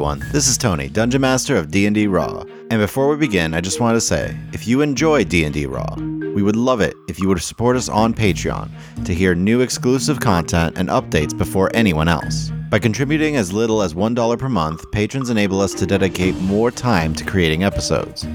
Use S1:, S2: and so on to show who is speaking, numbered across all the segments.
S1: one. This is Tony, Dungeon Master of D&D Raw. And before we begin, I just want to say, if you enjoy D&D Raw, we would love it if you would support us on Patreon to hear new exclusive content and updates before anyone else. By contributing as little as $1 per month, patrons enable us to dedicate more time to creating episodes.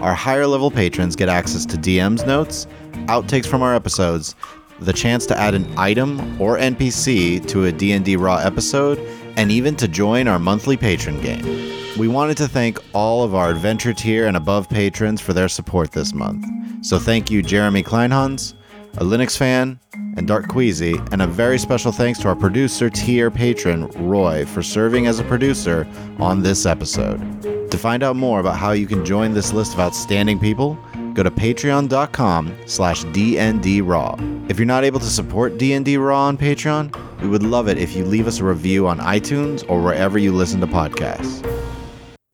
S1: Our higher level patrons get access to DM's notes, outtakes from our episodes, the chance to add an item or NPC to a D&D Raw episode, and even to join our monthly patron game. We wanted to thank all of our adventure tier and above patrons for their support this month. So thank you Jeremy Kleinhans, a Linux fan, and Dark Queasy, and a very special thanks to our producer tier patron Roy for serving as a producer on this episode. To find out more about how you can join this list of outstanding people, go to patreon.com slash dndraw. If you're not able to support D&D Raw on Patreon, we would love it if you leave us a review on iTunes or wherever you listen to podcasts.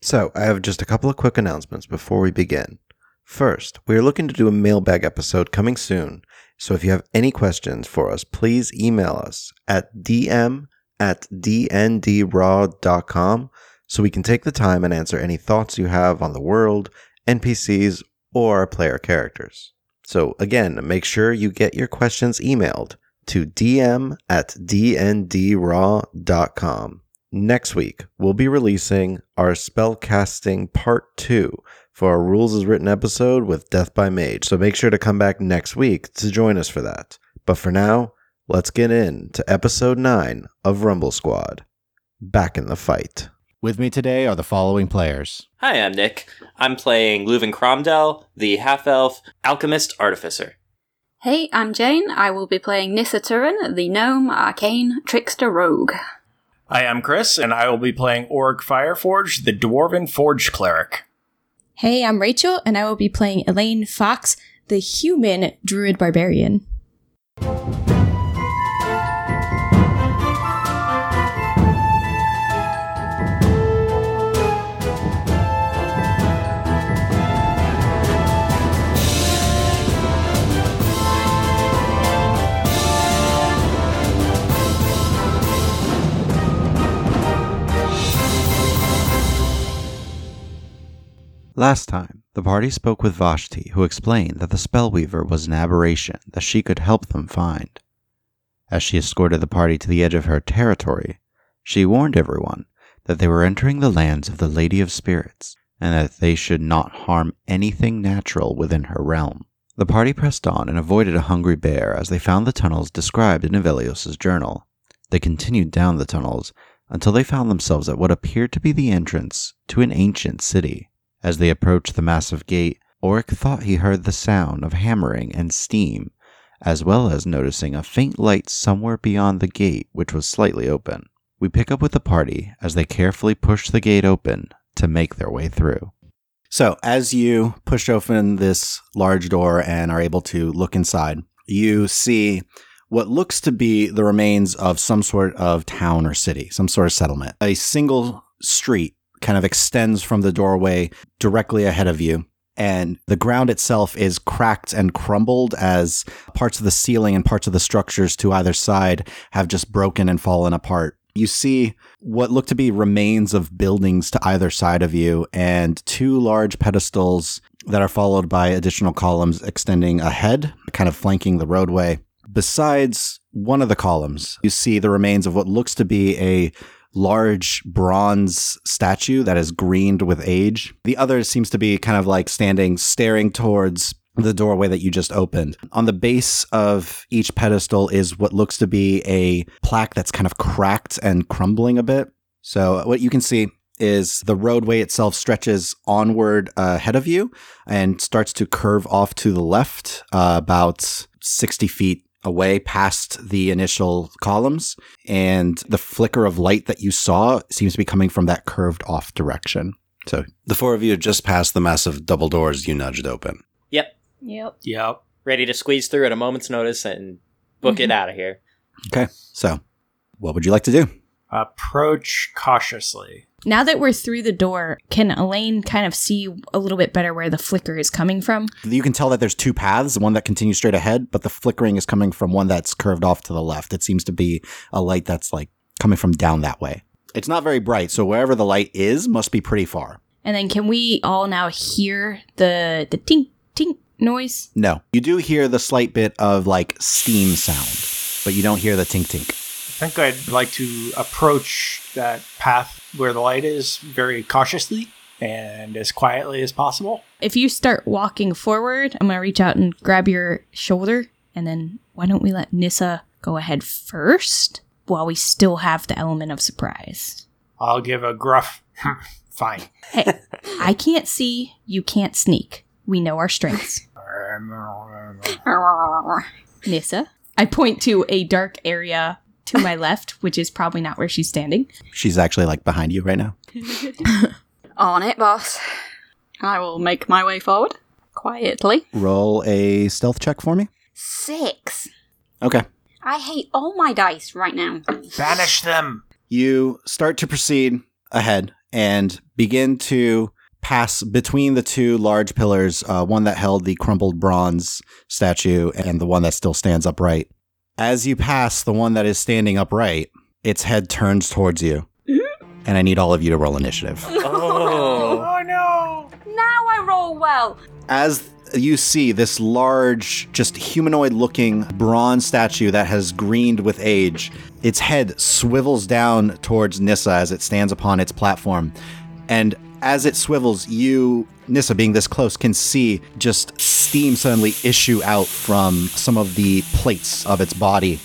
S1: So, I have just a couple of quick announcements before we begin. First, we are looking to do a mailbag episode coming soon, so if you have any questions for us, please email us at dm at dndraw.com so we can take the time and answer any thoughts you have on the world, NPCs, or player characters. So again, make sure you get your questions emailed to dm at dndraw.com. Next week, we'll be releasing our spellcasting part two for our Rules as Written episode with Death by Mage. So make sure to come back next week to join us for that. But for now, let's get in to episode nine of Rumble Squad. Back in the fight. With me today are the following players.
S2: Hi, I'm Nick. I'm playing Leuven Cromdell, the half elf alchemist artificer.
S3: Hey, I'm Jane. I will be playing Nissa Turin, the gnome, arcane, trickster, rogue.
S4: I am Chris, and I will be playing Org Fireforge, the Dwarven Forge Cleric.
S5: Hey, I'm Rachel, and I will be playing Elaine Fox, the human druid barbarian.
S1: Last time, the party spoke with Vashti, who explained that the Spellweaver was an aberration that she could help them find. As she escorted the party to the edge of her territory, she warned everyone that they were entering the lands of the Lady of Spirits and that they should not harm anything natural within her realm. The party pressed on and avoided a hungry bear as they found the tunnels described in Avelios's journal. They continued down the tunnels until they found themselves at what appeared to be the entrance to an ancient city. As they approached the massive gate, Oric thought he heard the sound of hammering and steam, as well as noticing a faint light somewhere beyond the gate, which was slightly open. We pick up with the party as they carefully push the gate open to make their way through.
S6: So, as you push open this large door and are able to look inside, you see what looks to be the remains of some sort of town or city, some sort of settlement. A single street kind of extends from the doorway directly ahead of you. And the ground itself is cracked and crumbled as parts of the ceiling and parts of the structures to either side have just broken and fallen apart. You see what look to be remains of buildings to either side of you, and two large pedestals that are followed by additional columns extending ahead, kind of flanking the roadway. Besides one of the columns, you see the remains of what looks to be a large bronze statue that is greened with age. The other seems to be kind of like standing, staring towards the doorway that you just opened. On the base of each pedestal is what looks to be a plaque that's kind of cracked and crumbling a bit. So, what you can see is the roadway itself stretches onward uh, ahead of you and starts to curve off to the left uh, about 60 feet away past the initial columns, and the flicker of light that you saw seems to be coming from that curved off direction. So
S7: The four of you had just passed the massive double doors you nudged open.
S2: Yep,
S5: Yep.
S4: Yep.
S2: ready to squeeze through at a moment's notice and book it
S5: Mhm.
S2: out of here.
S6: okay, so what would you like to do?
S4: Approach cautiously.
S5: Now that we're through the door, can Elaine kind of see a little bit better where the flicker is coming from?
S6: You can tell that there's two paths, one that continues straight ahead, but the flickering is coming from one that's curved off to the left. It seems to be a light that's like coming from down that way.
S1: It's not very bright, so wherever the light is must be pretty far.
S5: And then can we all now hear the the tink tink noise?
S1: No. You do hear the slight bit of like steam sound, but you don't hear the tink tink.
S4: I think I'd like to approach that path where the light is very cautiously and as quietly as possible.
S5: If you start walking forward, I'm gonna reach out and grab your shoulder, and then why don't we let Nissa go ahead first while we still have the element of surprise?
S4: I'll give a gruff, "Hmm, fine.
S5: Hey, I can't see, you can't sneak. We know our strengths. Nissa, I point to a dark area to my left, which is probably not where she's standing.
S1: She's actually like behind you right now.
S3: On it, boss. I will make my way forward quietly.
S1: Roll a stealth check for me.
S3: Six.
S1: Okay.
S3: I hate all my dice right now.
S4: Banish them.
S1: you start to proceed ahead and begin to pass between the two large pillars, uh, one that held the crumpled bronze statue and the one that still stands upright. As you pass the one that is standing upright, its head turns towards you. And I need all of you to roll initiative.
S2: Oh.
S4: Oh no!
S3: Now I roll well.
S1: as you see this large, just humanoid looking bronze statue that has greened with age, its head swivels down towards Nissa as it stands upon its platform. And as it swivels, you, Nissa, being this close, can see just steam suddenly issue out from some of the plates of its body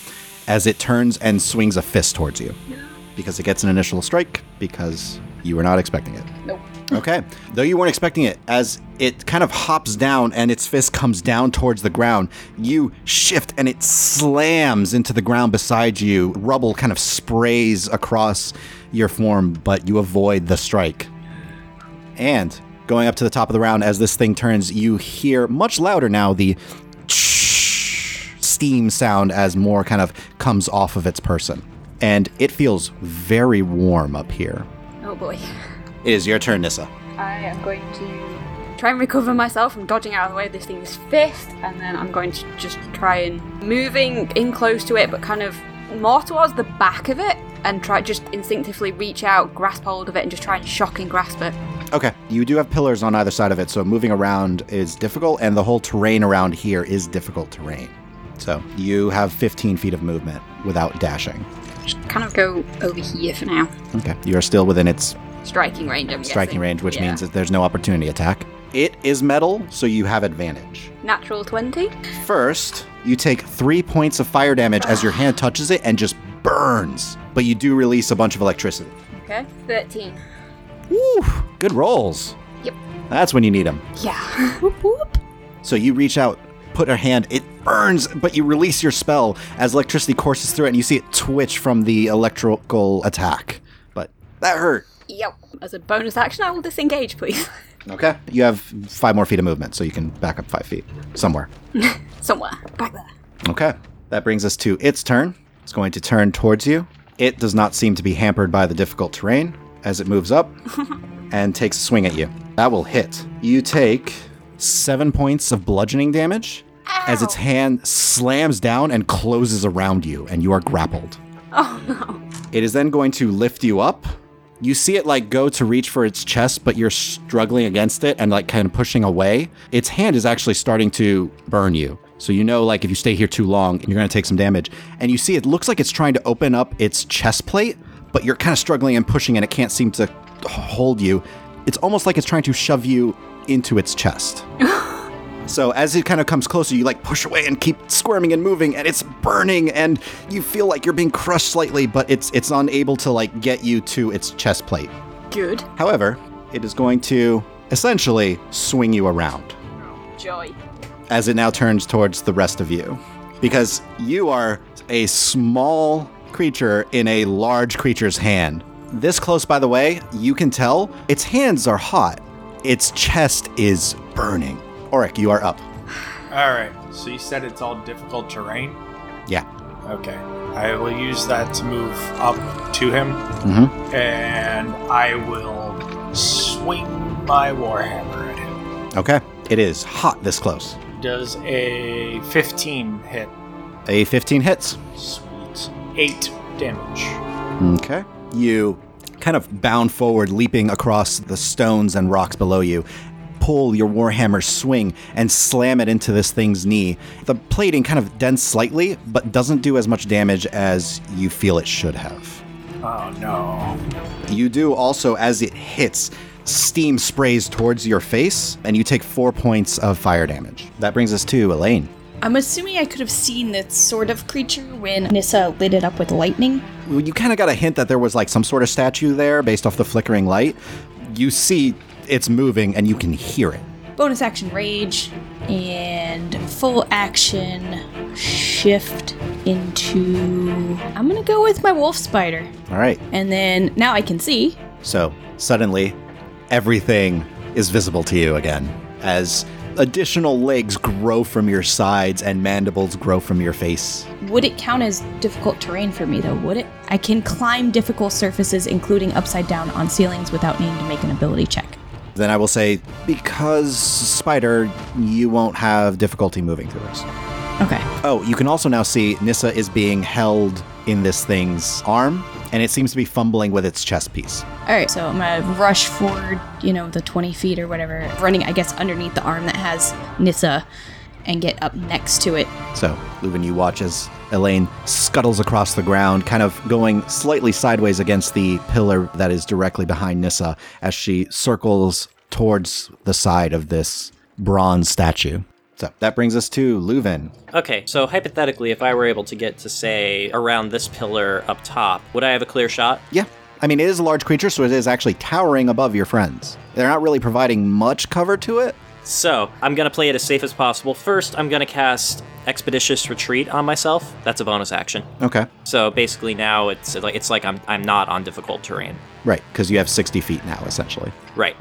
S1: as it turns and swings a fist towards you. Because it gets an initial strike, because you were not expecting it. Okay. Though you weren't expecting it, as it kind of hops down and its fist comes down towards the ground, you shift and it slams into the ground beside you. Rubble kind of sprays across your form, but you avoid the strike. And going up to the top of the round, as this thing turns, you hear much louder now the steam sound as more kind of comes off of its person. And it feels very warm up here.
S3: Oh boy.
S1: It is your turn, Nissa.
S3: I am going to try and recover myself from dodging out of the way of this thing's fist, and then I'm going to just try and moving in close to it, but kind of more towards the back of it, and try just instinctively reach out, grasp hold of it, and just try and shock and grasp it.
S1: Okay. You do have pillars on either side of it, so moving around is difficult, and the whole terrain around here is difficult terrain. So you have 15 feet of movement without dashing.
S3: Just kind of go over here for now.
S1: Okay. You are still within its
S3: Striking range. I'm
S1: striking
S3: guessing.
S1: range, which
S3: Yeah.
S1: means that there's no opportunity attack. It is metal, so you have advantage.
S3: natural twenty.
S1: First, you take three points of fire damage as your hand touches it and just burns, but you do release a bunch of electricity.
S3: Okay, thirteen.
S1: Woo! Good rolls.
S3: Yep.
S1: That's when you need them.
S3: Yeah.
S1: So you reach out, put her hand, it burns, but you release your spell as electricity courses through it and you see it twitch from the electrical attack. But that hurt.
S3: yep. As a bonus action, I will disengage, please.
S1: Okay. You have five more feet of movement, so you can back up five feet somewhere.
S3: Somewhere back there.
S1: Okay. That brings us to its turn. It's going to turn towards you. It does not seem to be hampered by the difficult terrain as it moves up and takes a swing at you. That will hit. You take seven points of bludgeoning damage as its hand slams down and closes around you, and you are grappled.
S3: Oh no.
S1: It is then going to lift you up. You see it like go to reach for its chest, but you're struggling against it and like kind of pushing away. Its hand is actually starting to burn you. So you know like if you stay here too long, you're going to take some damage. And you see it looks like it's trying to open up its chest plate, but you're kind of struggling and pushing and it can't seem to h- hold you. It's almost like it's trying to shove you into its chest. So as it kind of comes closer, you like push away and keep squirming and moving, and it's burning, and you feel like you're being crushed slightly, but it's it's unable to like get you to its chest plate.
S3: Good.
S1: However, it is going to essentially swing you around
S3: Joy.
S1: as it now turns towards the rest of you, because you are a small creature in a large creature's hand. This close, by the way, you can tell its hands are hot. Its chest is burning. Oric, you are up.
S4: All right. So you said it's all difficult terrain.
S1: Yeah.
S4: Okay. I will use that to move up to him,
S1: Mhm.
S4: and I will swing my warhammer at him.
S1: Okay. It is hot this close.
S4: Does a 15 hit?
S1: A 15 hits.
S4: Sweet. Eight damage.
S1: Okay. You kind of bound forward, leaping across the stones and rocks below you. Pull your warhammer, swing, and slam it into this thing's knee. The plating kind of dents slightly, but doesn't do as much damage as you feel it should have.
S4: Oh no.
S1: You do also, as it hits, steam sprays towards your face, and you take four points of fire damage. That brings us to Elaine.
S5: I'm assuming I could have seen that sort of creature when Nissa lit it up with lightning.
S1: Well, You kind of got a hint that there was like some sort of statue there based off the flickering light. You see it's moving, and you can hear it.
S5: Bonus action rage and full action shift into. I'm gonna go with my wolf spider.
S1: All right.
S5: And then now I can see.
S1: So suddenly, everything is visible to you again as additional legs grow from your sides and mandibles grow from your face.
S5: Would it count as difficult terrain for me though? Would it? I can climb difficult surfaces, including upside down on ceilings, without needing to make an ability check.
S1: Then I will say, because spider, you won't have difficulty moving through this.
S5: Okay.
S1: Oh, you can also now see Nissa is being held in this thing's arm, and it seems to be fumbling with its chest piece.
S5: All right. So I'm gonna rush forward, you know, the 20 feet or whatever, running, I guess, underneath the arm that has Nissa, and get up next to it.
S1: So, Leuven, you watch as Elaine scuttles across the ground, kind of going slightly sideways against the pillar that is directly behind Nissa as she circles towards the side of this bronze statue. So, that brings us to Leuven.
S2: Okay, so hypothetically, if I were able to get to, say, around this pillar up top, would I have a clear shot?
S1: Yeah. I mean, it is a large creature, so it is actually towering above your friends. They're not really providing much cover to it.
S2: So, I'm gonna play it as safe as possible. First, I'm gonna cast Expeditious Retreat on myself. That's a bonus action.
S1: Okay.
S2: So basically, now it's like it's like I'm I'm not on difficult terrain.
S1: Right, because you have 60 feet now, essentially.
S2: Right.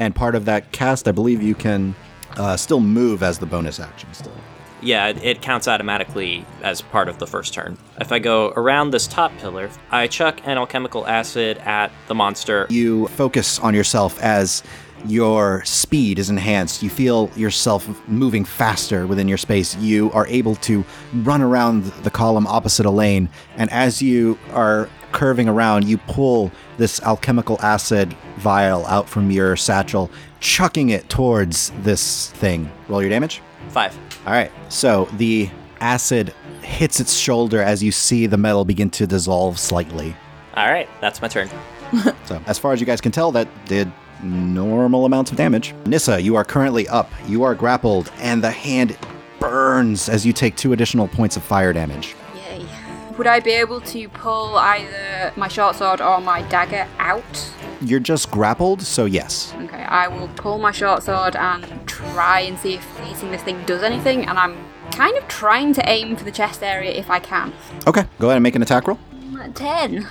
S1: And part of that cast, I believe you can uh, still move as the bonus action still.
S2: Yeah, it, it counts automatically as part of the first turn. If I go around this top pillar, I chuck an alchemical acid at the monster.
S1: You focus on yourself as your speed is enhanced. You feel yourself moving faster within your space. You are able to run around the column opposite a lane. And as you are curving around, you pull this alchemical acid vial out from your satchel, chucking it towards this thing. Roll your damage.
S2: Five.
S1: All right. So the acid hits its shoulder as you see the metal begin to dissolve slightly.
S2: All right, that's my turn.
S1: So, as far as you guys can tell, that did normal amounts of damage. Nissa, you are currently up. You are grappled, and the hand burns as you take two additional points of fire damage.
S3: Yay. Would I be able to pull either my short sword or my dagger out?
S1: You're just grappled, so yes.
S3: Okay, I will pull my short sword and try and see if hitting this thing does anything, and I'm kind of trying to aim for the chest area if I can.
S1: Okay, go ahead and make an attack roll.
S3: Mm, Ten.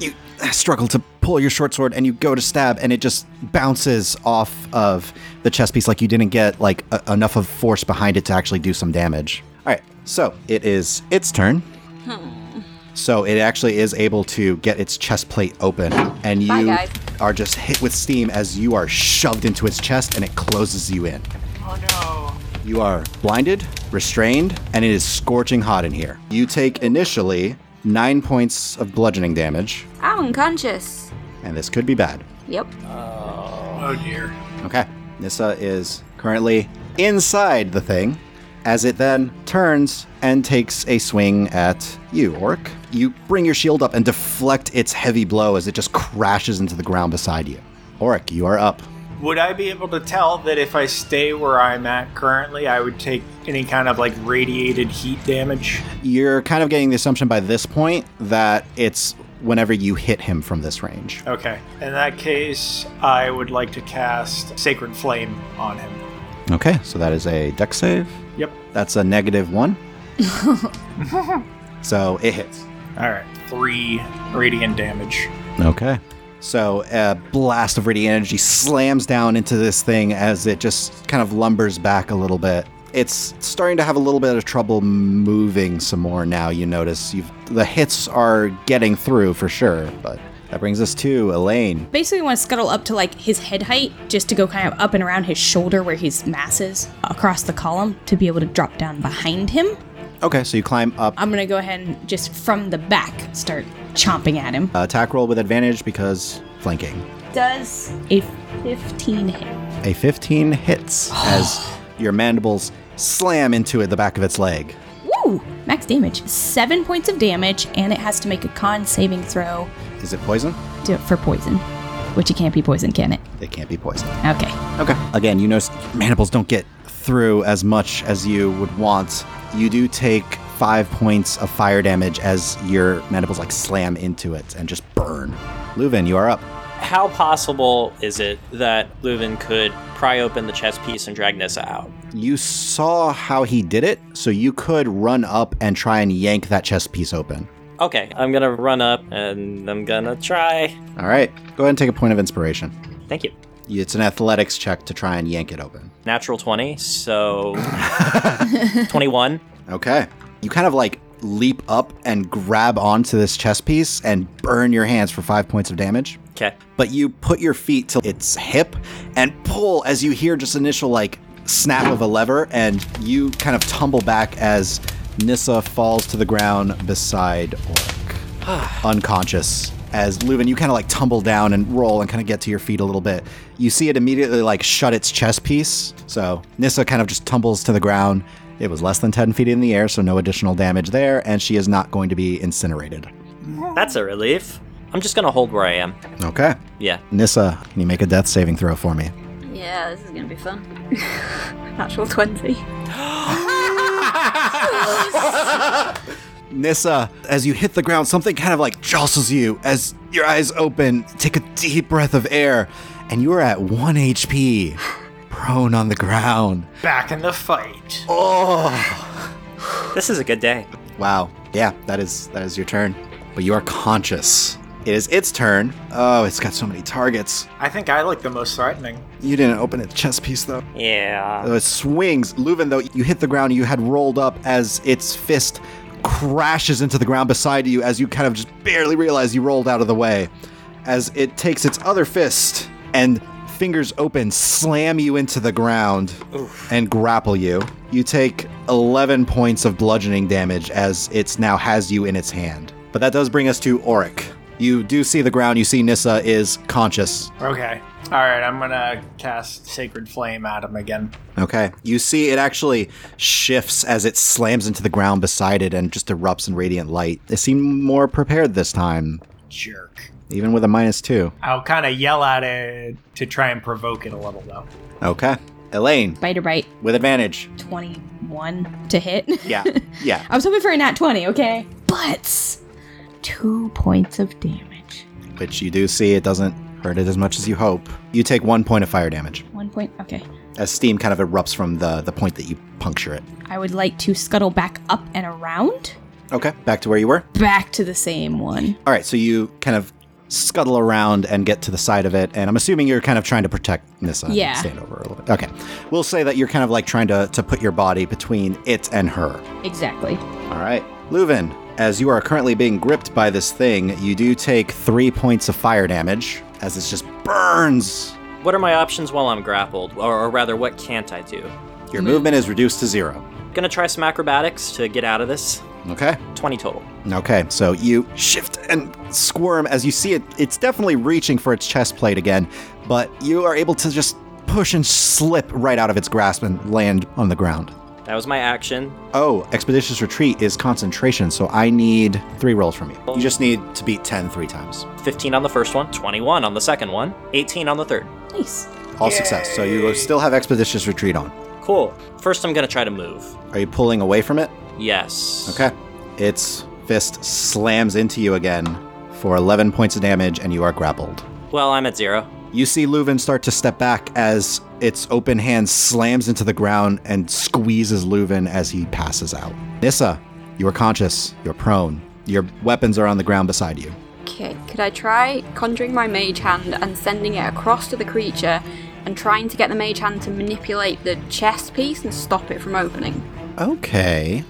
S1: You struggle to pull your short sword, and you go to stab, and it just bounces off of the chest piece like you didn't get like a- enough of force behind it to actually do some damage. All right, so it is its turn.
S3: Hmm.
S1: So it actually is able to get its chest plate open, and
S3: Bye,
S1: you
S3: guys.
S1: are just hit with steam as you are shoved into its chest, and it closes you in.
S4: Oh
S1: You are blinded, restrained, and it is scorching hot in here. You take initially nine points of bludgeoning damage,
S3: I'm unconscious.
S1: and this could be bad.
S3: Yep.
S4: no. Oh dear.
S1: Okay. Nissa is currently inside the thing as it then turns and takes a swing at you, Orc. You bring your shield up and deflect its heavy blow as it just crashes into the ground beside you. Oric, you are up.
S4: Would I be able to tell that if I stay where I'm at currently, I would take any kind of like radiated heat damage?
S1: You're kind of getting the assumption by this point that it's whenever you hit him from this range.
S4: Okay. In that case, I would like to cast Sacred Flame on him.
S1: Okay, so that is a deck save.
S4: Yep.
S1: That's a negative one. so it hits.
S4: All right. Three radiant damage.
S1: Okay. So a blast of radiant energy slams down into this thing as it just kind of lumbers back a little bit. It's starting to have a little bit of trouble moving some more now. You notice you've the hits are getting through for sure, but that brings us to Elaine.
S5: Basically, want to scuttle up to like his head height just to go kind of up and around his shoulder where his mass is across the column to be able to drop down behind him.
S1: Okay, so you climb up. uh,
S5: I'm gonna go ahead and just from the back start chomping at him.
S1: attack roll with advantage because flanking.
S5: Does a 15 hit?
S1: A 15 hits as your mandibles slam into it, the back of its leg.
S5: Woo! Max damage. Seven points of damage, and it has to make a con saving throw
S1: Is it poison?
S5: to, for poison, which it can't be poison, can it?
S1: They can't be poisoned.
S5: Okay.
S1: Okay. Again, you know s- mandibles don't get through as much as you would want. You do take five points of fire damage as your mandibles like slam into it and just burn. Luvin, you are up.
S2: How possible is it that Leuven could pry open the chest piece and drag Nissa out?
S1: You saw how he did it, so you could run up and try and yank that chest piece open.
S2: Okay, I'm gonna run up and I'm gonna try.
S1: All right, go ahead and take a point of inspiration.
S2: Thank you.
S1: It's an athletics check to try and yank it open.
S2: Natural 20, so 21.
S1: Okay. You kind of like leap up and grab onto this chest piece and burn your hands for five points of damage.
S2: Okay.
S1: But you put your feet to its hip and pull as you hear just initial like snap of a lever and you kind of tumble back as Nissa falls to the ground beside Orc. unconscious. As Luvin, you kind of like tumble down and roll and kind of get to your feet a little bit. You see it immediately like shut its chest piece. So Nissa kind of just tumbles to the ground. It was less than 10 feet in the air, so no additional damage there, and she is not going to be incinerated.
S2: That's a relief. I'm just gonna hold where I am.
S1: Okay.
S2: Yeah.
S1: Nissa, can you make a death saving throw for me?
S3: Yeah, this is gonna be fun. Natural 20.
S1: Nissa, as you hit the ground, something kind of like jostles you as your eyes open. Take a deep breath of air, and you are at 1 HP, prone on the ground.
S4: Back in the fight.
S2: This is a good day.
S1: Wow. Yeah, that is that is your turn. But you are conscious. It is its turn. Oh, it's got so many targets.
S4: I think I look the most threatening.
S1: You didn't open its chest piece though.
S2: Yeah.
S1: Uh, it swings. Leuven, though, you hit the ground. You had rolled up as its fist crashes into the ground beside you as you kind of just barely realize you rolled out of the way. As it takes its other fist and fingers open, slam you into the ground and grapple you. You take 11 points of bludgeoning damage as it now has you in its hand. But that does bring us to Auric. You do see the ground. You see Nissa is conscious.
S4: Okay. All right, I'm gonna cast Sacred Flame at him again.
S1: Okay. You see it actually shifts as it slams into the ground beside it and just erupts in radiant light. It seemed more prepared this time,
S4: Jerk.
S1: even with a minus two.
S4: I'll kind of yell at it to try and provoke it a little, though.
S1: Okay. Elaine,
S5: Biter bite,
S1: with advantage.
S5: 21 to hit.
S1: Yeah. Yeah.
S5: I was hoping for a nat 20, okay? But two points of damage.
S1: Which you do see it doesn't hurt it as much as you hope. You take one point of fire damage
S5: One point, okay.
S1: as steam kind of erupts from the, the point that you puncture it.
S5: I would like to scuttle back up and around,
S1: Okay. Back to where you were.
S5: back to the same one.
S1: All right. So you kind of scuttle around and get to the side of it. And I'm assuming you're kind of trying to protect Nissa. and
S5: Yeah.
S1: Stand over a little bit. Okay. We'll say that you're kind of like trying to, to put your body between it and her.
S5: Exactly.
S1: All right. Leuven, as you are currently being gripped by this thing, you do take three points of fire damage as this just burns.
S2: What are my options while I'm grappled? Or, or rather, what can't I do?
S1: Your movement is reduced to zero.
S2: Gonna try some acrobatics to get out of this.
S1: Okay.
S2: 20 total.
S1: Okay, so you shift and squirm as you see it. It's definitely reaching for its chest plate again, but you are able to just push and slip right out of its grasp and land on the ground.
S2: That was my action.
S1: Oh, Expeditious Retreat is concentration, so I need three rolls from you. You just need to beat 10 three times.
S2: 15 on the first one, 21 on the second one, 18 on the third.
S5: Nice.
S1: All success. So you still have Expeditious Retreat on.
S2: Cool. First, I'm gonna try to move.
S1: Are you pulling away from it?
S2: Yes.
S1: Okay. Its fist slams into you again for 11 points of damage, and you are grappled.
S2: Well, I'm at zero.
S1: You see Leuven start to step back as its open hand slams into the ground and squeezes Leuven as he passes out. Nissa, you are conscious. You're prone. Your weapons are on the ground beside you.
S3: Okay, could I try conjuring my mage hand and sending it across to the creature and trying to get the mage hand to manipulate the chest piece and stop it from opening?
S1: Okay.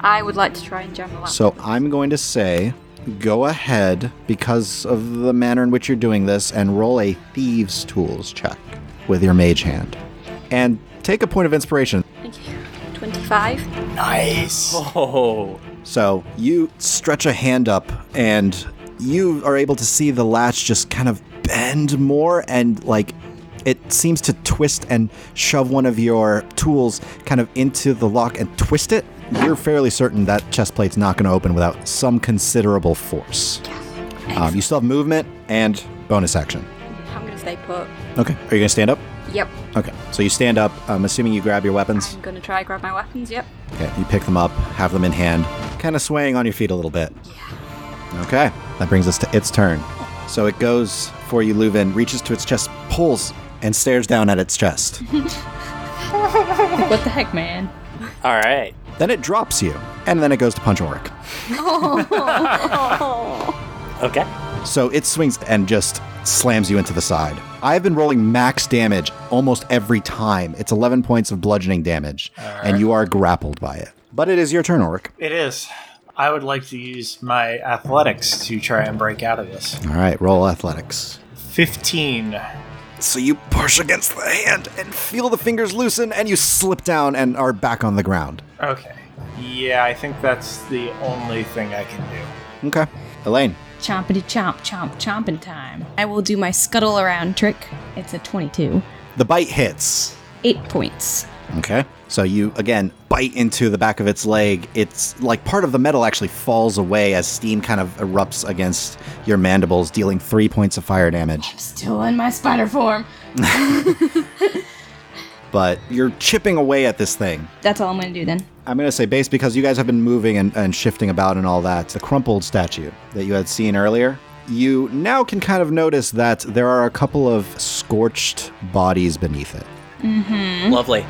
S3: I would like to try and jam the lamp.
S1: So I'm going to say go ahead because of the manner in which you're doing this and roll a thieves tools check with your mage hand. And take a point of inspiration.
S3: Thank you. 25.
S4: Nice.
S2: Oh,
S1: So you stretch a hand up and you are able to see the latch just kind of bend more and like it seems to twist and shove one of your tools kind of into the lock and twist it. You're fairly certain that chest plate's not going to open without some considerable force. Um, you still have movement and bonus action.
S3: I'm gonna stay put.
S1: Okay. Are you going to stand up?
S3: Yep.
S1: Okay. So you stand up. I'm assuming you grab your weapons.
S3: I'm gonna try grab my weapons. Yep.
S1: Okay, you pick them up, have them in hand, kind of swaying on your feet a little bit. Okay, that brings us to its turn. So it goes for you, Luvin, reaches to its chest, pulls, and stares down at its chest.
S5: What the heck, man?
S2: All right.
S1: then it drops you, and then it goes to punch Oric.
S2: Okay.
S1: So it swings and just slams you into the side. I have been rolling max damage almost every time. It's 11 points of bludgeoning damage, and you are grappled by it. But it is your turn, Oric.
S4: It is. I would like to use my athletics to try and break out of this.
S1: All right, roll athletics.
S4: 15.
S1: So you push against the hand and feel the fingers loosen, and you slip down and are back on the ground.
S4: Okay. Yeah, I think that's the only thing I can do.
S1: Okay. Elaine.
S5: Chompity chomp, chomp, chomping time. I will do my scuttle around trick. It's a 22.
S1: The bite hits.
S5: Eight points.
S1: Okay. So you, again, bite into the back of its leg. It's like part of the metal actually falls away as steam kind of erupts against your mandibles, dealing three points of fire damage.
S5: Still in my spider form.
S1: But you're chipping away at this thing.
S5: That's all I'm gonna do then.
S1: I'm going to say base because you guys have been moving and, and shifting about and all that. The crumpled statue that you had seen earlier, you now can kind of notice that there are a couple of scorched bodies beneath it.
S2: Lovely.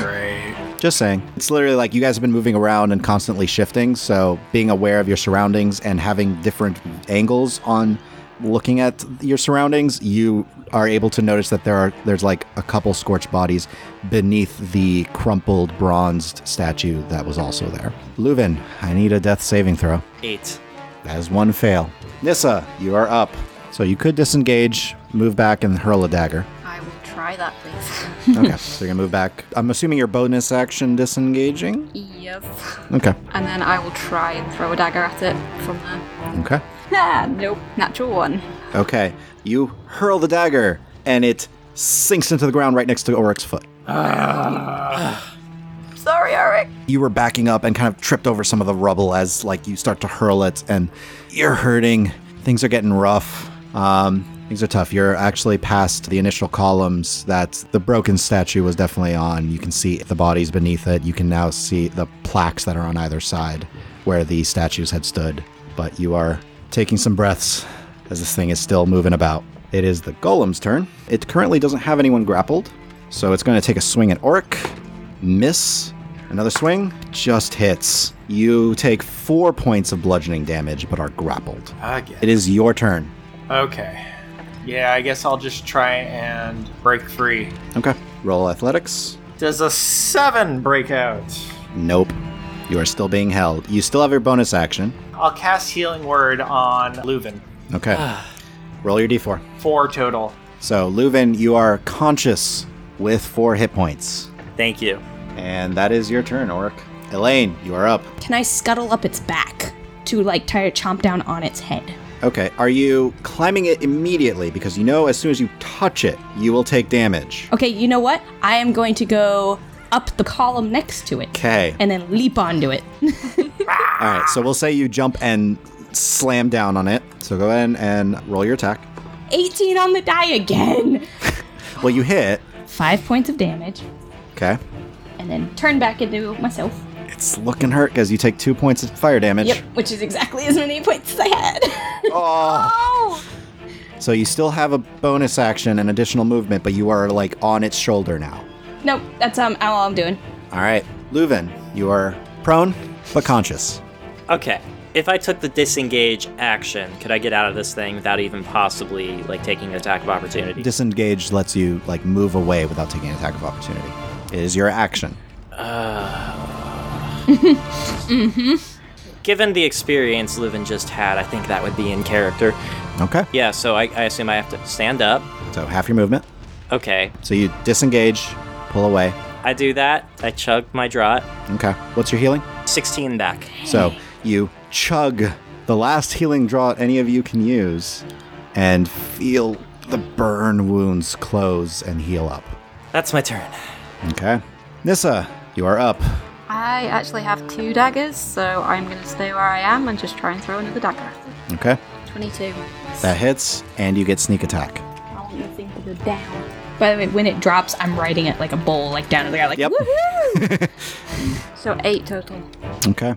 S4: Great.
S1: Just saying. It's literally like you guys have been moving around and constantly shifting, so being aware of your surroundings and having different angles on looking at your surroundings, you are able to notice that there are there's like a couple scorched bodies beneath the crumpled bronzed statue that was also there. Luvin, I need a death saving throw.
S2: Eight.
S1: That is one fail. Nissa, you are up. So you could disengage, move back, and hurl a dagger.
S3: I will try that, please.
S1: Okay, so you're gonna move back. I'm assuming your bonus action disengaging.
S3: yes.
S1: Okay.
S3: And then I will try and throw a dagger at it from there.
S1: Okay.
S3: Ah, nope. Natural one.
S1: Okay. You hurl the dagger, and it sinks into the ground right next to Oric's foot.
S3: Sorry, Eric.
S1: You were backing up and kind of tripped over some of the rubble as like you start to hurl it, and you're hurting. Things are getting rough. Um, things are tough. You're actually past the initial columns that the broken statue was definitely on. You can see the bodies beneath it. You can now see the plaques that are on either side where the statues had stood. But you are taking some breaths as this thing is still moving about. It is the golem's turn. It currently doesn't have anyone grappled, so it's going to take a swing at Oric miss. Another swing just hits. You take four points of bludgeoning damage, but are grappled. It
S4: Again.
S1: is your turn.
S4: Okay. Yeah, I guess I'll just try and break free.
S1: Okay. Roll athletics.
S4: Does a seven break out?
S1: Nope. You are still being held. You still have your bonus action.
S4: I'll cast Healing Word on Leuven.
S1: Okay. Roll your d4.
S4: Four total.
S1: So, Luvin, you are conscious with four hit points.
S2: Thank you.
S1: And that is your turn, Oric. Elaine, you are up.
S5: Can I scuttle up its back to like try to chomp down on its head?
S1: Okay. Are you climbing it immediately? Because you know as soon as you touch it, you will take damage.
S5: Okay, you know what? I am going to go up the column next to it
S1: Okay.
S5: and then leap onto it.
S1: All right, so we'll say you jump and slam down on it. So go ahead and roll your attack.
S5: 18 on the die again.
S1: Well, you hit.
S5: Five points of damage,
S1: Okay.
S5: and then turn back into myself.
S1: It's looking hurt because you take two points of fire damage.
S5: Yep, which is exactly as many points as I had.
S1: Oh.
S5: oh,
S1: So you still have a bonus action and additional movement, but you are like on its shoulder now.
S5: nope, that's um all I'm doing.
S1: All right, Luvin, you are prone but conscious.
S2: Okay. If I took the disengage action, could I get out of this thing without even possibly like taking an attack of opportunity?
S1: Disengage lets you like move away without taking an attack of opportunity. It is your action.
S2: Given the experience Livin just had, I think that would be in character.
S1: Okay.
S2: Yeah, so I, I assume I have to stand up.
S1: So half your movement.
S2: Okay.
S1: So you disengage, pull away.
S2: I do that. I chug my draught.
S1: Okay. What's your healing?
S2: 16 back.
S1: So You chug the last healing draught any of you can use and feel the burn wounds close and heal up.
S2: That's my turn.
S1: Okay. Nissa, you are up.
S3: I actually have two daggers, so I'm going to stay where I am and just try and throw another dagger.
S1: Okay.
S3: 22.
S1: That hits, and you get sneak attack.
S3: I want you to think of the down.
S5: By the way, when it drops, I'm riding it like a bull, like down to the ground, like
S1: Yep.
S3: So 8 total.
S1: Okay.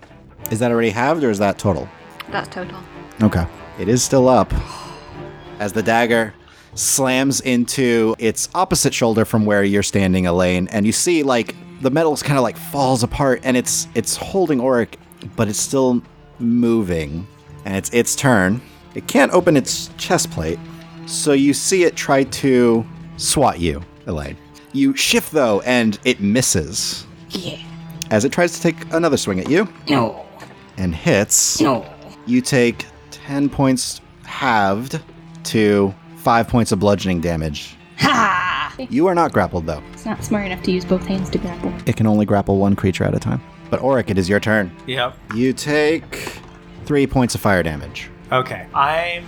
S1: Is that already halved or is that total?
S3: That's total.
S1: Okay. It is still up. As the dagger slams into its opposite shoulder from where you're standing, Elaine, and you see like the metal's kind of like falls apart and it's it's holding Oric, but it's still moving. And it's its turn. It can't open its chest plate. So you see it try to swat you, Elaine. You shift though, and it misses.
S5: yeah,
S1: As it tries to take another swing at you
S5: no,
S1: and hits
S5: no.
S1: you take 10 points halved to 5 points of bludgeoning damage.
S5: Ha!
S1: You are not grappled, though.
S5: It's not smart enough to use both hands to grapple.
S1: It can only grapple one creature at a time. But, Auric, it is your turn.
S4: Yep.
S1: You take 3 points of fire damage.
S4: Okay. I'm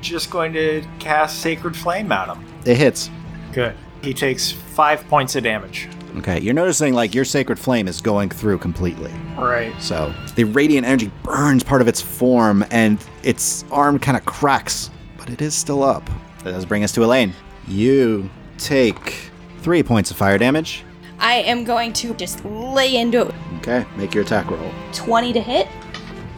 S4: just going to cast Sacred Flame at him.
S1: It hits.
S4: Good. He takes five points of damage.
S1: Okay, you're noticing like your sacred flame is going through completely.
S4: Right.
S1: So the radiant energy burns part of its form and its arm kind of cracks, but it is still up. That does bring us to Elaine. You take 3 points of fire damage.
S5: I am going to just lay into it.
S1: Okay, make your attack roll.
S5: 20 to hit.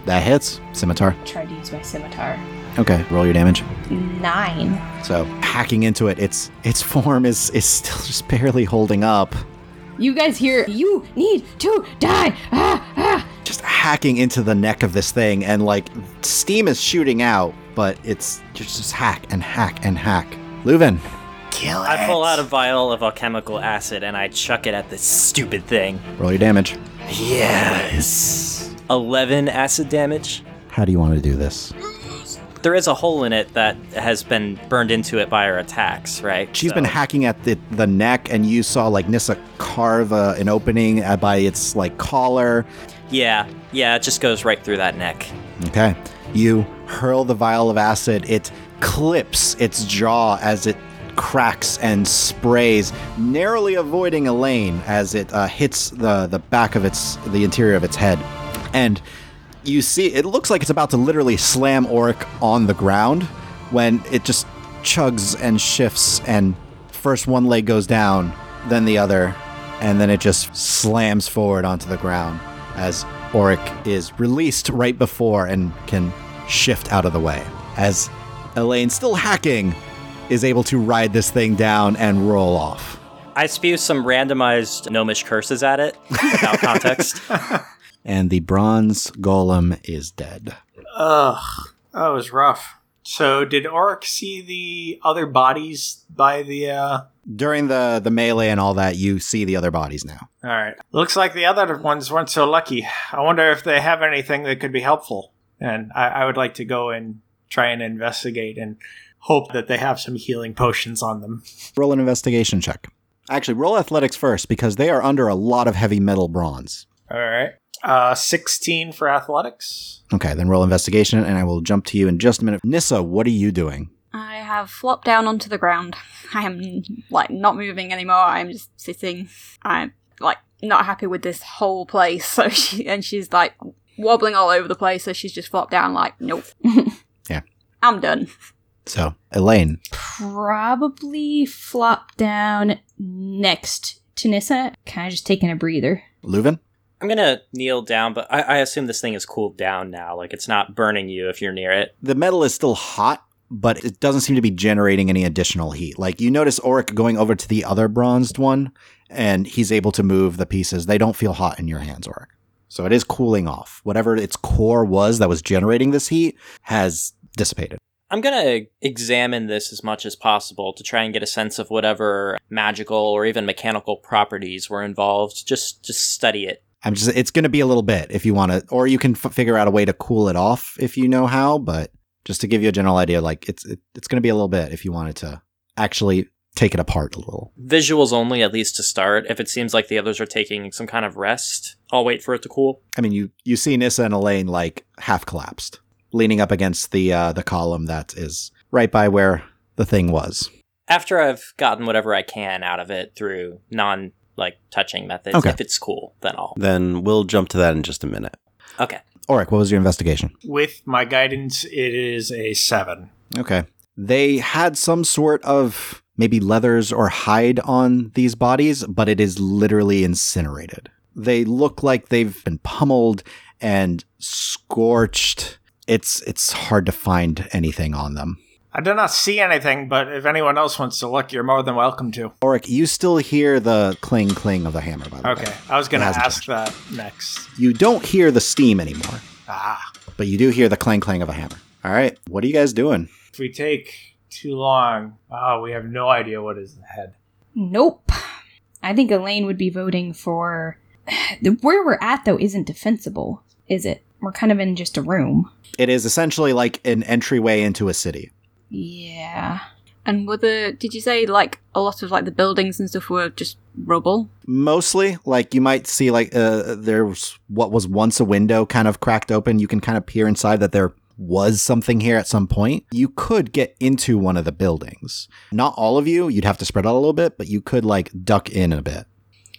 S1: That hits. Scimitar.
S5: Try to use my scimitar.
S1: Okay, roll your damage.
S5: Nine.
S1: So hacking into it, its its form is is still just barely holding up.
S5: You guys here, you need to die. Ah, ah.
S1: Just hacking into the neck of this thing, and like steam is shooting out, but it's just, just hack and hack and hack. Leuven,
S2: I pull out a vial of alchemical acid and I chuck it at this stupid thing.
S1: roll your damage.
S2: Yes. 11 acid damage.
S1: How do you want to do this?
S2: There is a hole in it that has been burned into it by our attacks, right?
S1: She's
S2: So-
S1: been hacking at the, the neck, and you saw like Nissa carve uh, an opening uh, by its like collar.
S2: Yeah, yeah, it just goes right through that neck.
S1: Okay. You hurl the vial of acid. It clips its jaw as it cracks and sprays, narrowly avoiding Elaine as it uh, hits the, the back of its the interior of its head. And you see, it looks like it's about to literally slam Oric on the ground when it just chugs and shifts, and first one leg goes down, then the other, and then it just slams forward onto the ground as Oric is released right before and can shift out of the way. As Elaine, still hacking, is able to ride this thing down and roll off.
S2: I spew some randomized gnomish curses at it without context.
S1: And the bronze golem is dead.
S4: Ugh. That was rough. So did Oric see the other bodies by the uh
S1: During the, the melee and all that, you see the other bodies now.
S4: all right. Looks like the other ones weren't so lucky. I wonder if they have anything that could be helpful. And I, I would like to go and try and investigate and hope that they have some healing potions on them.
S1: Roll an investigation check. Actually, roll athletics first because they are under a lot of heavy metal bronze.
S4: All right. Uh, 16 for athletics.
S1: Okay, then roll investigation, and I will jump to you in just a minute. Nissa, what are you doing?
S3: I have flopped down onto the ground. I am like not moving anymore. I'm just sitting. I'm like not happy with this whole place. So she and she's like wobbling all over the place. So she's just flopped down like nope.
S1: Yeah.
S3: I'm done.
S1: So, Elaine,
S5: Probably flop down next to Nissa. Kind of just taking a breather.
S1: Leuven,
S2: I'm gonna kneel down, but I, I assume this thing is cooled down now. Like it's not burning you if you're near it.
S1: the metal is still hot, but it doesn't seem to be generating any additional heat. Like you notice Oric going over to the other bronzed one, and he's able to move the pieces. They don't feel hot in your hands, Oric. So it is cooling off. Whatever its core was that was generating this heat has dissipated.
S2: I'm gonna examine this as much as possible to try and get a sense of whatever magical or even mechanical properties were involved. Just just study it.
S1: I'm just it's going to be a little bit if you want to or you can f- figure out a way to cool it off if you know how, but just to give you a general idea like it's it, it's going to be a little bit if you wanted to actually take it apart a little.
S2: Visuals only, at least to start. If it seems like the others are taking some kind of rest, I'll wait for it to cool.
S1: I mean, you you see Nissa and Elaine like half collapsed, leaning up against the uh, the column that is right by where the thing was.
S2: After I've gotten whatever I can out of it through non like touching methods,
S1: Okay.
S2: if it's cool, then I'll.
S7: Then we'll jump to that in just a minute.
S2: Okay.
S1: Oric, what was your investigation?
S4: With my guidance, it is a seven.
S1: Okay. They had some sort of maybe leathers or hide on these bodies, but it is literally incinerated. They look like they've been pummeled and scorched. It's it's hard to find anything on them.
S4: I do not see anything, but if anyone else wants to look, you're more than welcome to.
S1: Oric, you still hear the cling cling of the hammer by the way.
S4: Okay, I was going
S1: It
S4: to
S1: hasn't
S4: ask that next.
S1: You don't hear the steam anymore,
S4: Ah,
S1: but you do hear the clang clang of a hammer. All right. What are you guys doing?
S4: if we take too long, oh, we have no idea what is ahead.
S5: Nope. I think Elaine would be voting for. Where we're at, though, isn't defensible, is it? We're kind of in just a room.
S1: It is essentially like an entryway into a city.
S5: Yeah.
S3: And were the did you say like a lot of like the buildings and stuff were just rubble?
S1: mostly like you might see like uh, there's what was once a window kind of cracked open you can kind of peer inside that there was something here at some point you could get into one of the buildings not all of you you'd have to spread out a little bit but you could like duck in a bit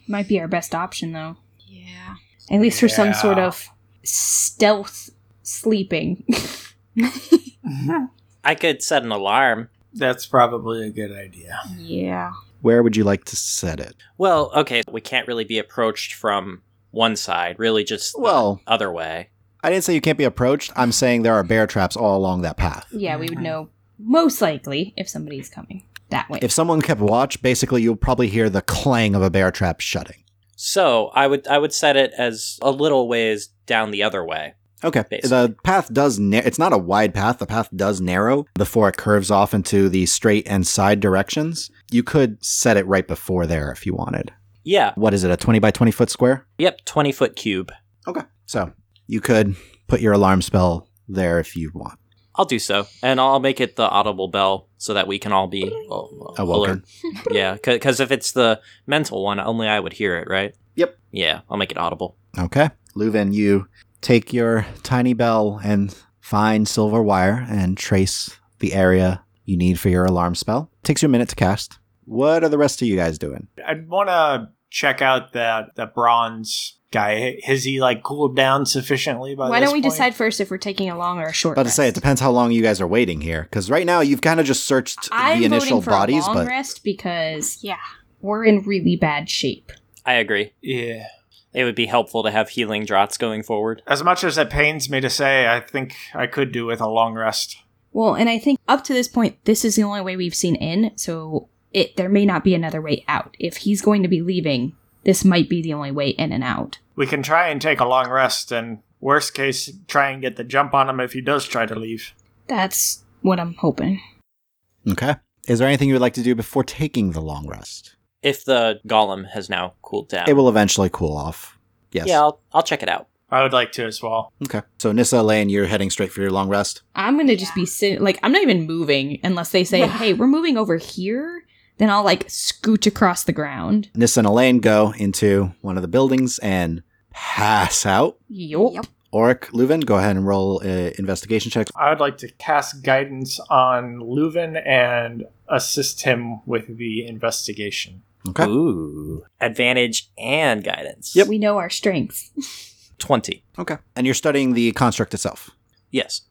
S5: Might be our best option, though.
S3: Yeah.
S5: At least for some sort
S4: Yeah.
S5: of stealth sleeping.
S2: I could set an alarm.
S4: That's probably a good idea.
S3: Yeah.
S1: where would you like to set it
S2: Well, okay, we can't really be approached from one side, really just the
S1: Well-
S2: other way.
S1: i didn't say you can't be approached i'm saying there are bear traps all along that path
S5: yeah, we would know most likely if somebody's coming that way.
S1: if someone kept watch basically you'll probably hear the clang of a bear trap shutting
S2: So I would I would set it as a little ways down the other way.
S1: Okay.
S2: Basically.
S1: The path does, na- it's not a wide path. The path does narrow before it curves off into the straight and side directions. You could set it right before there if you wanted.
S2: Yeah.
S1: What is it, a 20 by 20 foot square?
S2: Yep. Twenty foot cube.
S1: Okay. So you could put your alarm spell there if you want.
S2: I'll do so, and I'll make it the audible bell so that we can all be oh,
S1: Awoken.
S2: alert. Yeah, because if it's the mental one, only I would hear it, right?
S1: Yep.
S2: Yeah, I'll make it audible.
S1: Okay. Leuven, you take your tiny bell and find silver wire and trace the area you need for your alarm spell. Takes you a minute to cast. What are the rest of you guys doing?
S4: I'd want to check out that the bronze guy. Has he like cooled down sufficiently by
S5: Why
S4: this
S5: don't we
S4: point?
S5: decide first if we're taking a long or a short?
S1: About to say, it
S5: rest?
S1: depends how long you guys are waiting here, because right now you've kind of just searched
S5: I'm
S1: the initial
S5: voting for
S1: bodies,
S5: a long
S1: but
S5: rest because
S3: Yeah.
S5: we're in really bad shape.
S2: I agree.
S4: Yeah.
S2: It would be helpful to have healing draughts going forward.
S4: As much as it pains me to say, I think I could do with a long rest.
S5: Well, and I think up to this point, this is the only way we've seen in. So it there may not be another way out. If he's going to be leaving, this might be the only way in and out.
S4: We can try and take a long rest, and worst case, try and get the jump on him if he does try to leave.
S5: That's what I'm hoping.
S1: okay. Is there anything you would like to do before taking the long rest?
S2: If the golem has now cooled down,
S1: It will eventually cool off. Yes.
S2: Yeah, I'll, I'll check it out.
S4: I would like to as well.
S1: Okay. So Nissa, Lane, you're heading straight for your long rest.
S5: I'm gonna just be sitting like I'm not even moving unless they say, "Hey, we're moving over here." Then I'll like scooch across the ground.
S1: Nissa and Elaine go into one of the buildings and pass out.
S5: Yup.
S3: Yup.
S1: Oric, Leuven, go ahead and roll uh, investigation checks.
S4: I would like to cast guidance on Leuven and assist him with the investigation.
S1: Okay.
S2: Ooh. Advantage and guidance.
S5: We know our strengths.
S2: 20.
S1: Okay. And you're studying the construct itself.
S2: Yes.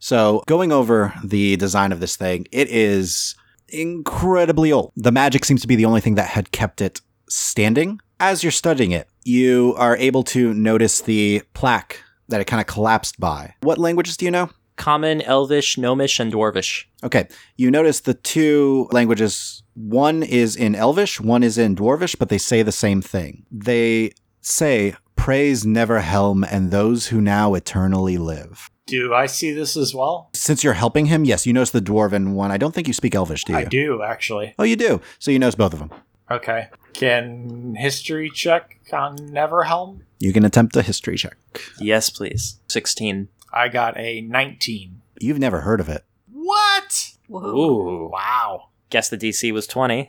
S1: So, going over the design of this thing, it is incredibly old. The magic seems to be the only thing that had kept it standing. As you're studying it, you are able to notice the plaque that it kind of collapsed by. What languages do you know?
S2: Common, Elvish, Gnomish, and Dwarvish.
S1: Okay. You notice the two languages. One is in Elvish, one is in Dwarvish, but they say the same thing. They say, Praise Neverhelm and those who now eternally live.
S4: Do I see this as well?
S1: Since you're helping him, yes, you notice the Dwarven one. I don't think you speak Elvish, do you?
S4: I do, actually.
S1: Oh, you do. So you notice both of them.
S4: Okay. Can history check on Neverhelm?
S1: You can attempt a history check.
S2: Yes, please. 16.
S4: I got a 19.
S1: You've never heard of it.
S4: What?
S3: Whoa.
S2: Ooh.
S4: Wow.
S2: Guess the DC was 20.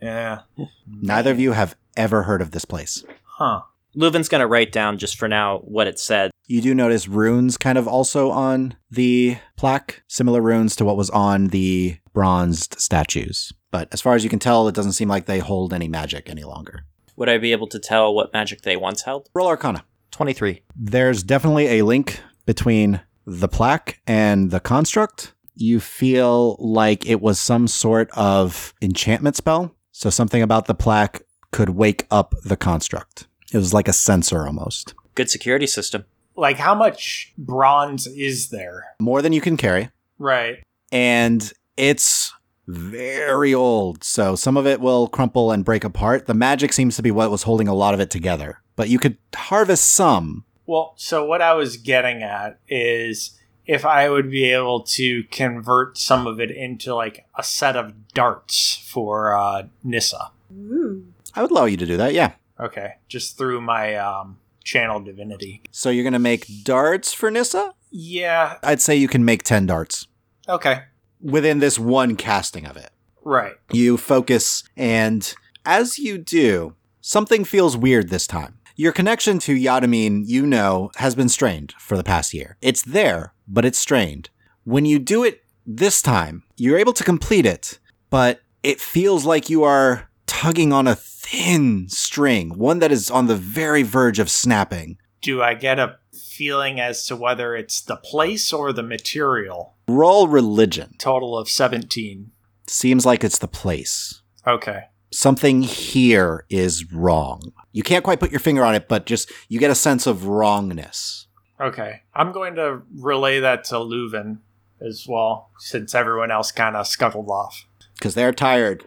S4: Yeah.
S1: Neither of you have ever heard of this place.
S4: Huh.
S2: Leuven's going to write down just for now what it said.
S1: You do notice runes kind of also on the plaque, similar runes to what was on the bronzed statues. But as far as you can tell, it doesn't seem like they hold any magic any longer.
S2: Would I be able to tell what magic they once held?
S1: Roll Arcana.
S2: 23.
S1: There's definitely a link between the plaque and the construct. You feel like it was some sort of enchantment spell. So something about the plaque could wake up the construct. It was like a sensor almost.
S2: Good security system.
S4: Like, how much bronze is there?
S1: More than you can carry.
S4: Right.
S1: and it's very old. So some of it will crumple and break apart. The magic seems to be what was holding a lot of it together, but you could harvest some.
S4: Well, so what I was getting at is if I would be able to convert some of it into like a set of darts for uh, Nissa.
S3: Ooh.
S1: I would allow you to do that, yeah.
S4: Okay, just through my um, channel divinity.
S1: So you're going to make darts for Nissa?
S4: Yeah.
S1: I'd say you can make 10 darts
S4: Okay.
S1: within this one casting of it.
S4: Right.
S1: You focus, and as you do, something feels weird this time. Your connection to Yadamine, you know, has been strained for the past year. It's there, but it's strained. When you do it this time, you're able to complete it, but it feels like you are tugging on a thin string, one that is on the very verge of snapping.
S4: Do I get a feeling as to whether it's the place or the material?
S1: Roll religion.
S4: Total of 17.
S1: Seems like it's the place.
S4: Okay.
S1: something here is wrong. You can't quite put your finger on it, but just you get a sense of wrongness.
S4: Okay. I'm going to relay that to Leuven as well, since everyone else kind of scuttled off.
S1: Because they're tired.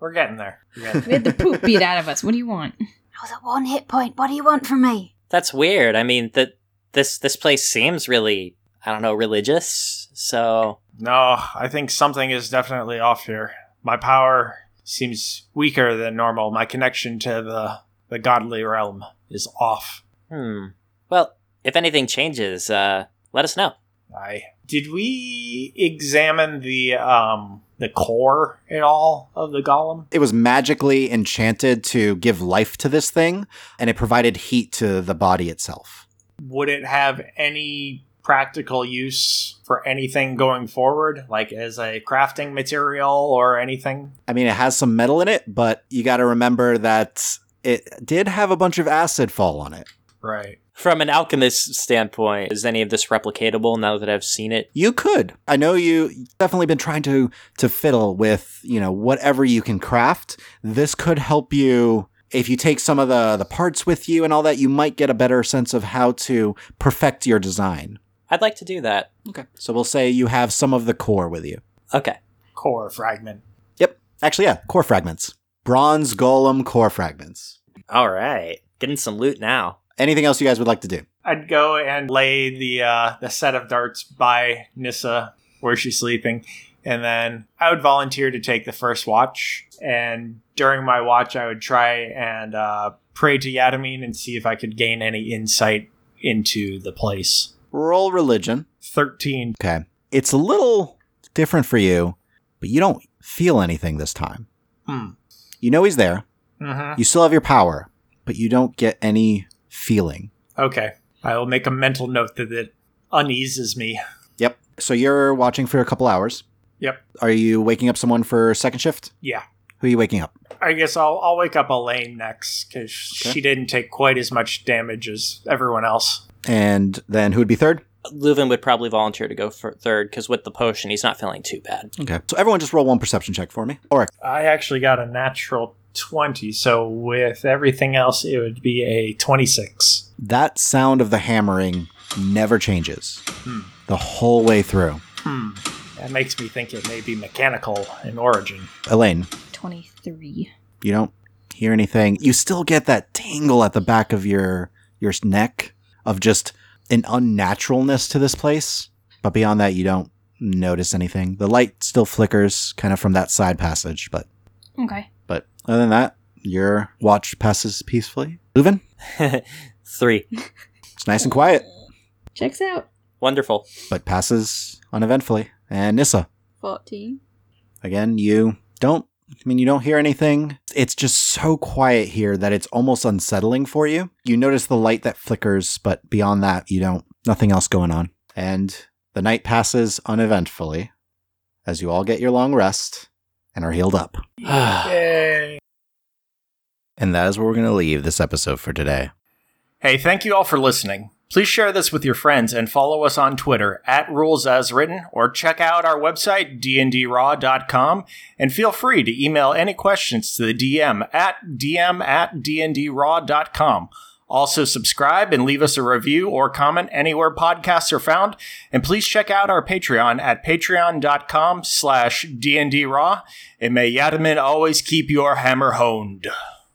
S4: We're getting there. We're getting
S5: We had the poop beat out of us. What do you want?
S3: I was at one hit point. What do you want from me?
S2: That's weird. I mean, that this this place seems really, I don't know, religious. So
S4: No, I think something is definitely off here. My power seems weaker than normal. My connection to the the godly realm is off.
S2: Hmm. Well, if anything changes, uh, let us know.
S4: I did we examine the um the core at all of the golem?
S1: It was magically enchanted to give life to this thing, and it provided heat to the body itself.
S4: Would it have any practical use for anything going forward, like as a crafting material or anything?
S1: I mean, it has some metal in it, but you got to remember that it did have a bunch of acid fall on it.
S4: Right.
S2: From an alchemist standpoint, is any of this replicatable now that I've seen it?
S1: You could. I know you definitely been trying to to fiddle with, you know, whatever you can craft. This could help you if you take some of the the parts with you and all that, you might get a better sense of how to perfect your design.
S2: I'd like to do that.
S1: Okay. So we'll say you have some of the core with you.
S2: Okay.
S4: Core fragment.
S1: Yep. Actually, yeah, core fragments. Bronze golem core fragments.
S2: All right. Getting some loot now.
S1: Anything else you guys would like to do?
S4: I'd go and lay the uh, the set of darts by Nissa where she's sleeping, and then I would volunteer to take the first watch. And during my watch, I would try and uh, pray to Yadamine and see if I could gain any insight into the place.
S1: Roll religion.
S4: Thirteen.
S1: Okay. It's a little different for you, but you don't feel anything this time.
S4: Hmm.
S1: You know he's there.
S4: hmm
S1: You still have your power, but you don't get any feeling.
S4: Okay, I will make a mental note that it uneases me.
S1: Yep. So you're watching for a couple hours.
S4: Yep.
S1: Are you waking up someone for second shift?
S4: Yeah.
S1: Who are you waking up?
S4: I guess I'll I'll wake up Elaine next because she didn't take quite as much damage as everyone else.
S1: And then who would be third?
S2: Leuven would probably volunteer to go for third because with the potion, he's not feeling too bad.
S1: Okay. So everyone just roll one perception check for me. Or
S4: I actually got a natural 20, so with everything else, it would be a 26.
S1: that sound of the hammering never changes the whole way through.
S4: Hmm. That makes me think it may be mechanical in origin.
S1: Elaine,
S5: 23.
S1: you don't hear anything. You still get that tingle at the back of your your neck of just an unnaturalness to this place, but beyond that you don't notice anything. The light still flickers kind of from that side passage, but
S5: Okay.
S1: but other than that, your watch passes peacefully. Leuven,
S2: Three.
S1: it's nice and quiet,
S5: Checks out.
S2: Wonderful.
S1: but passes uneventfully. And Nissa,
S3: 14.
S1: Again, you don't, I mean, you don't hear anything. It's just so quiet here that it's almost unsettling for you. You notice the light that flickers, but beyond that, you don't, nothing else going on. And the night passes uneventfully as you all get your long rest and are healed up.
S4: Yay.
S8: And that is where we're going to leave this episode for today.
S4: Hey, thank you all for listening. Please share this with your friends and follow us on Twitter at Rules As Written or check out our website, dndraw.com, and feel free to email any questions to the DM at dm at dndraw.com. Also, subscribe and leave us a review or comment anywhere podcasts are found. And please check out our Patreon at patreon.com slash dndraw. And may Yadamin always keep your hammer honed.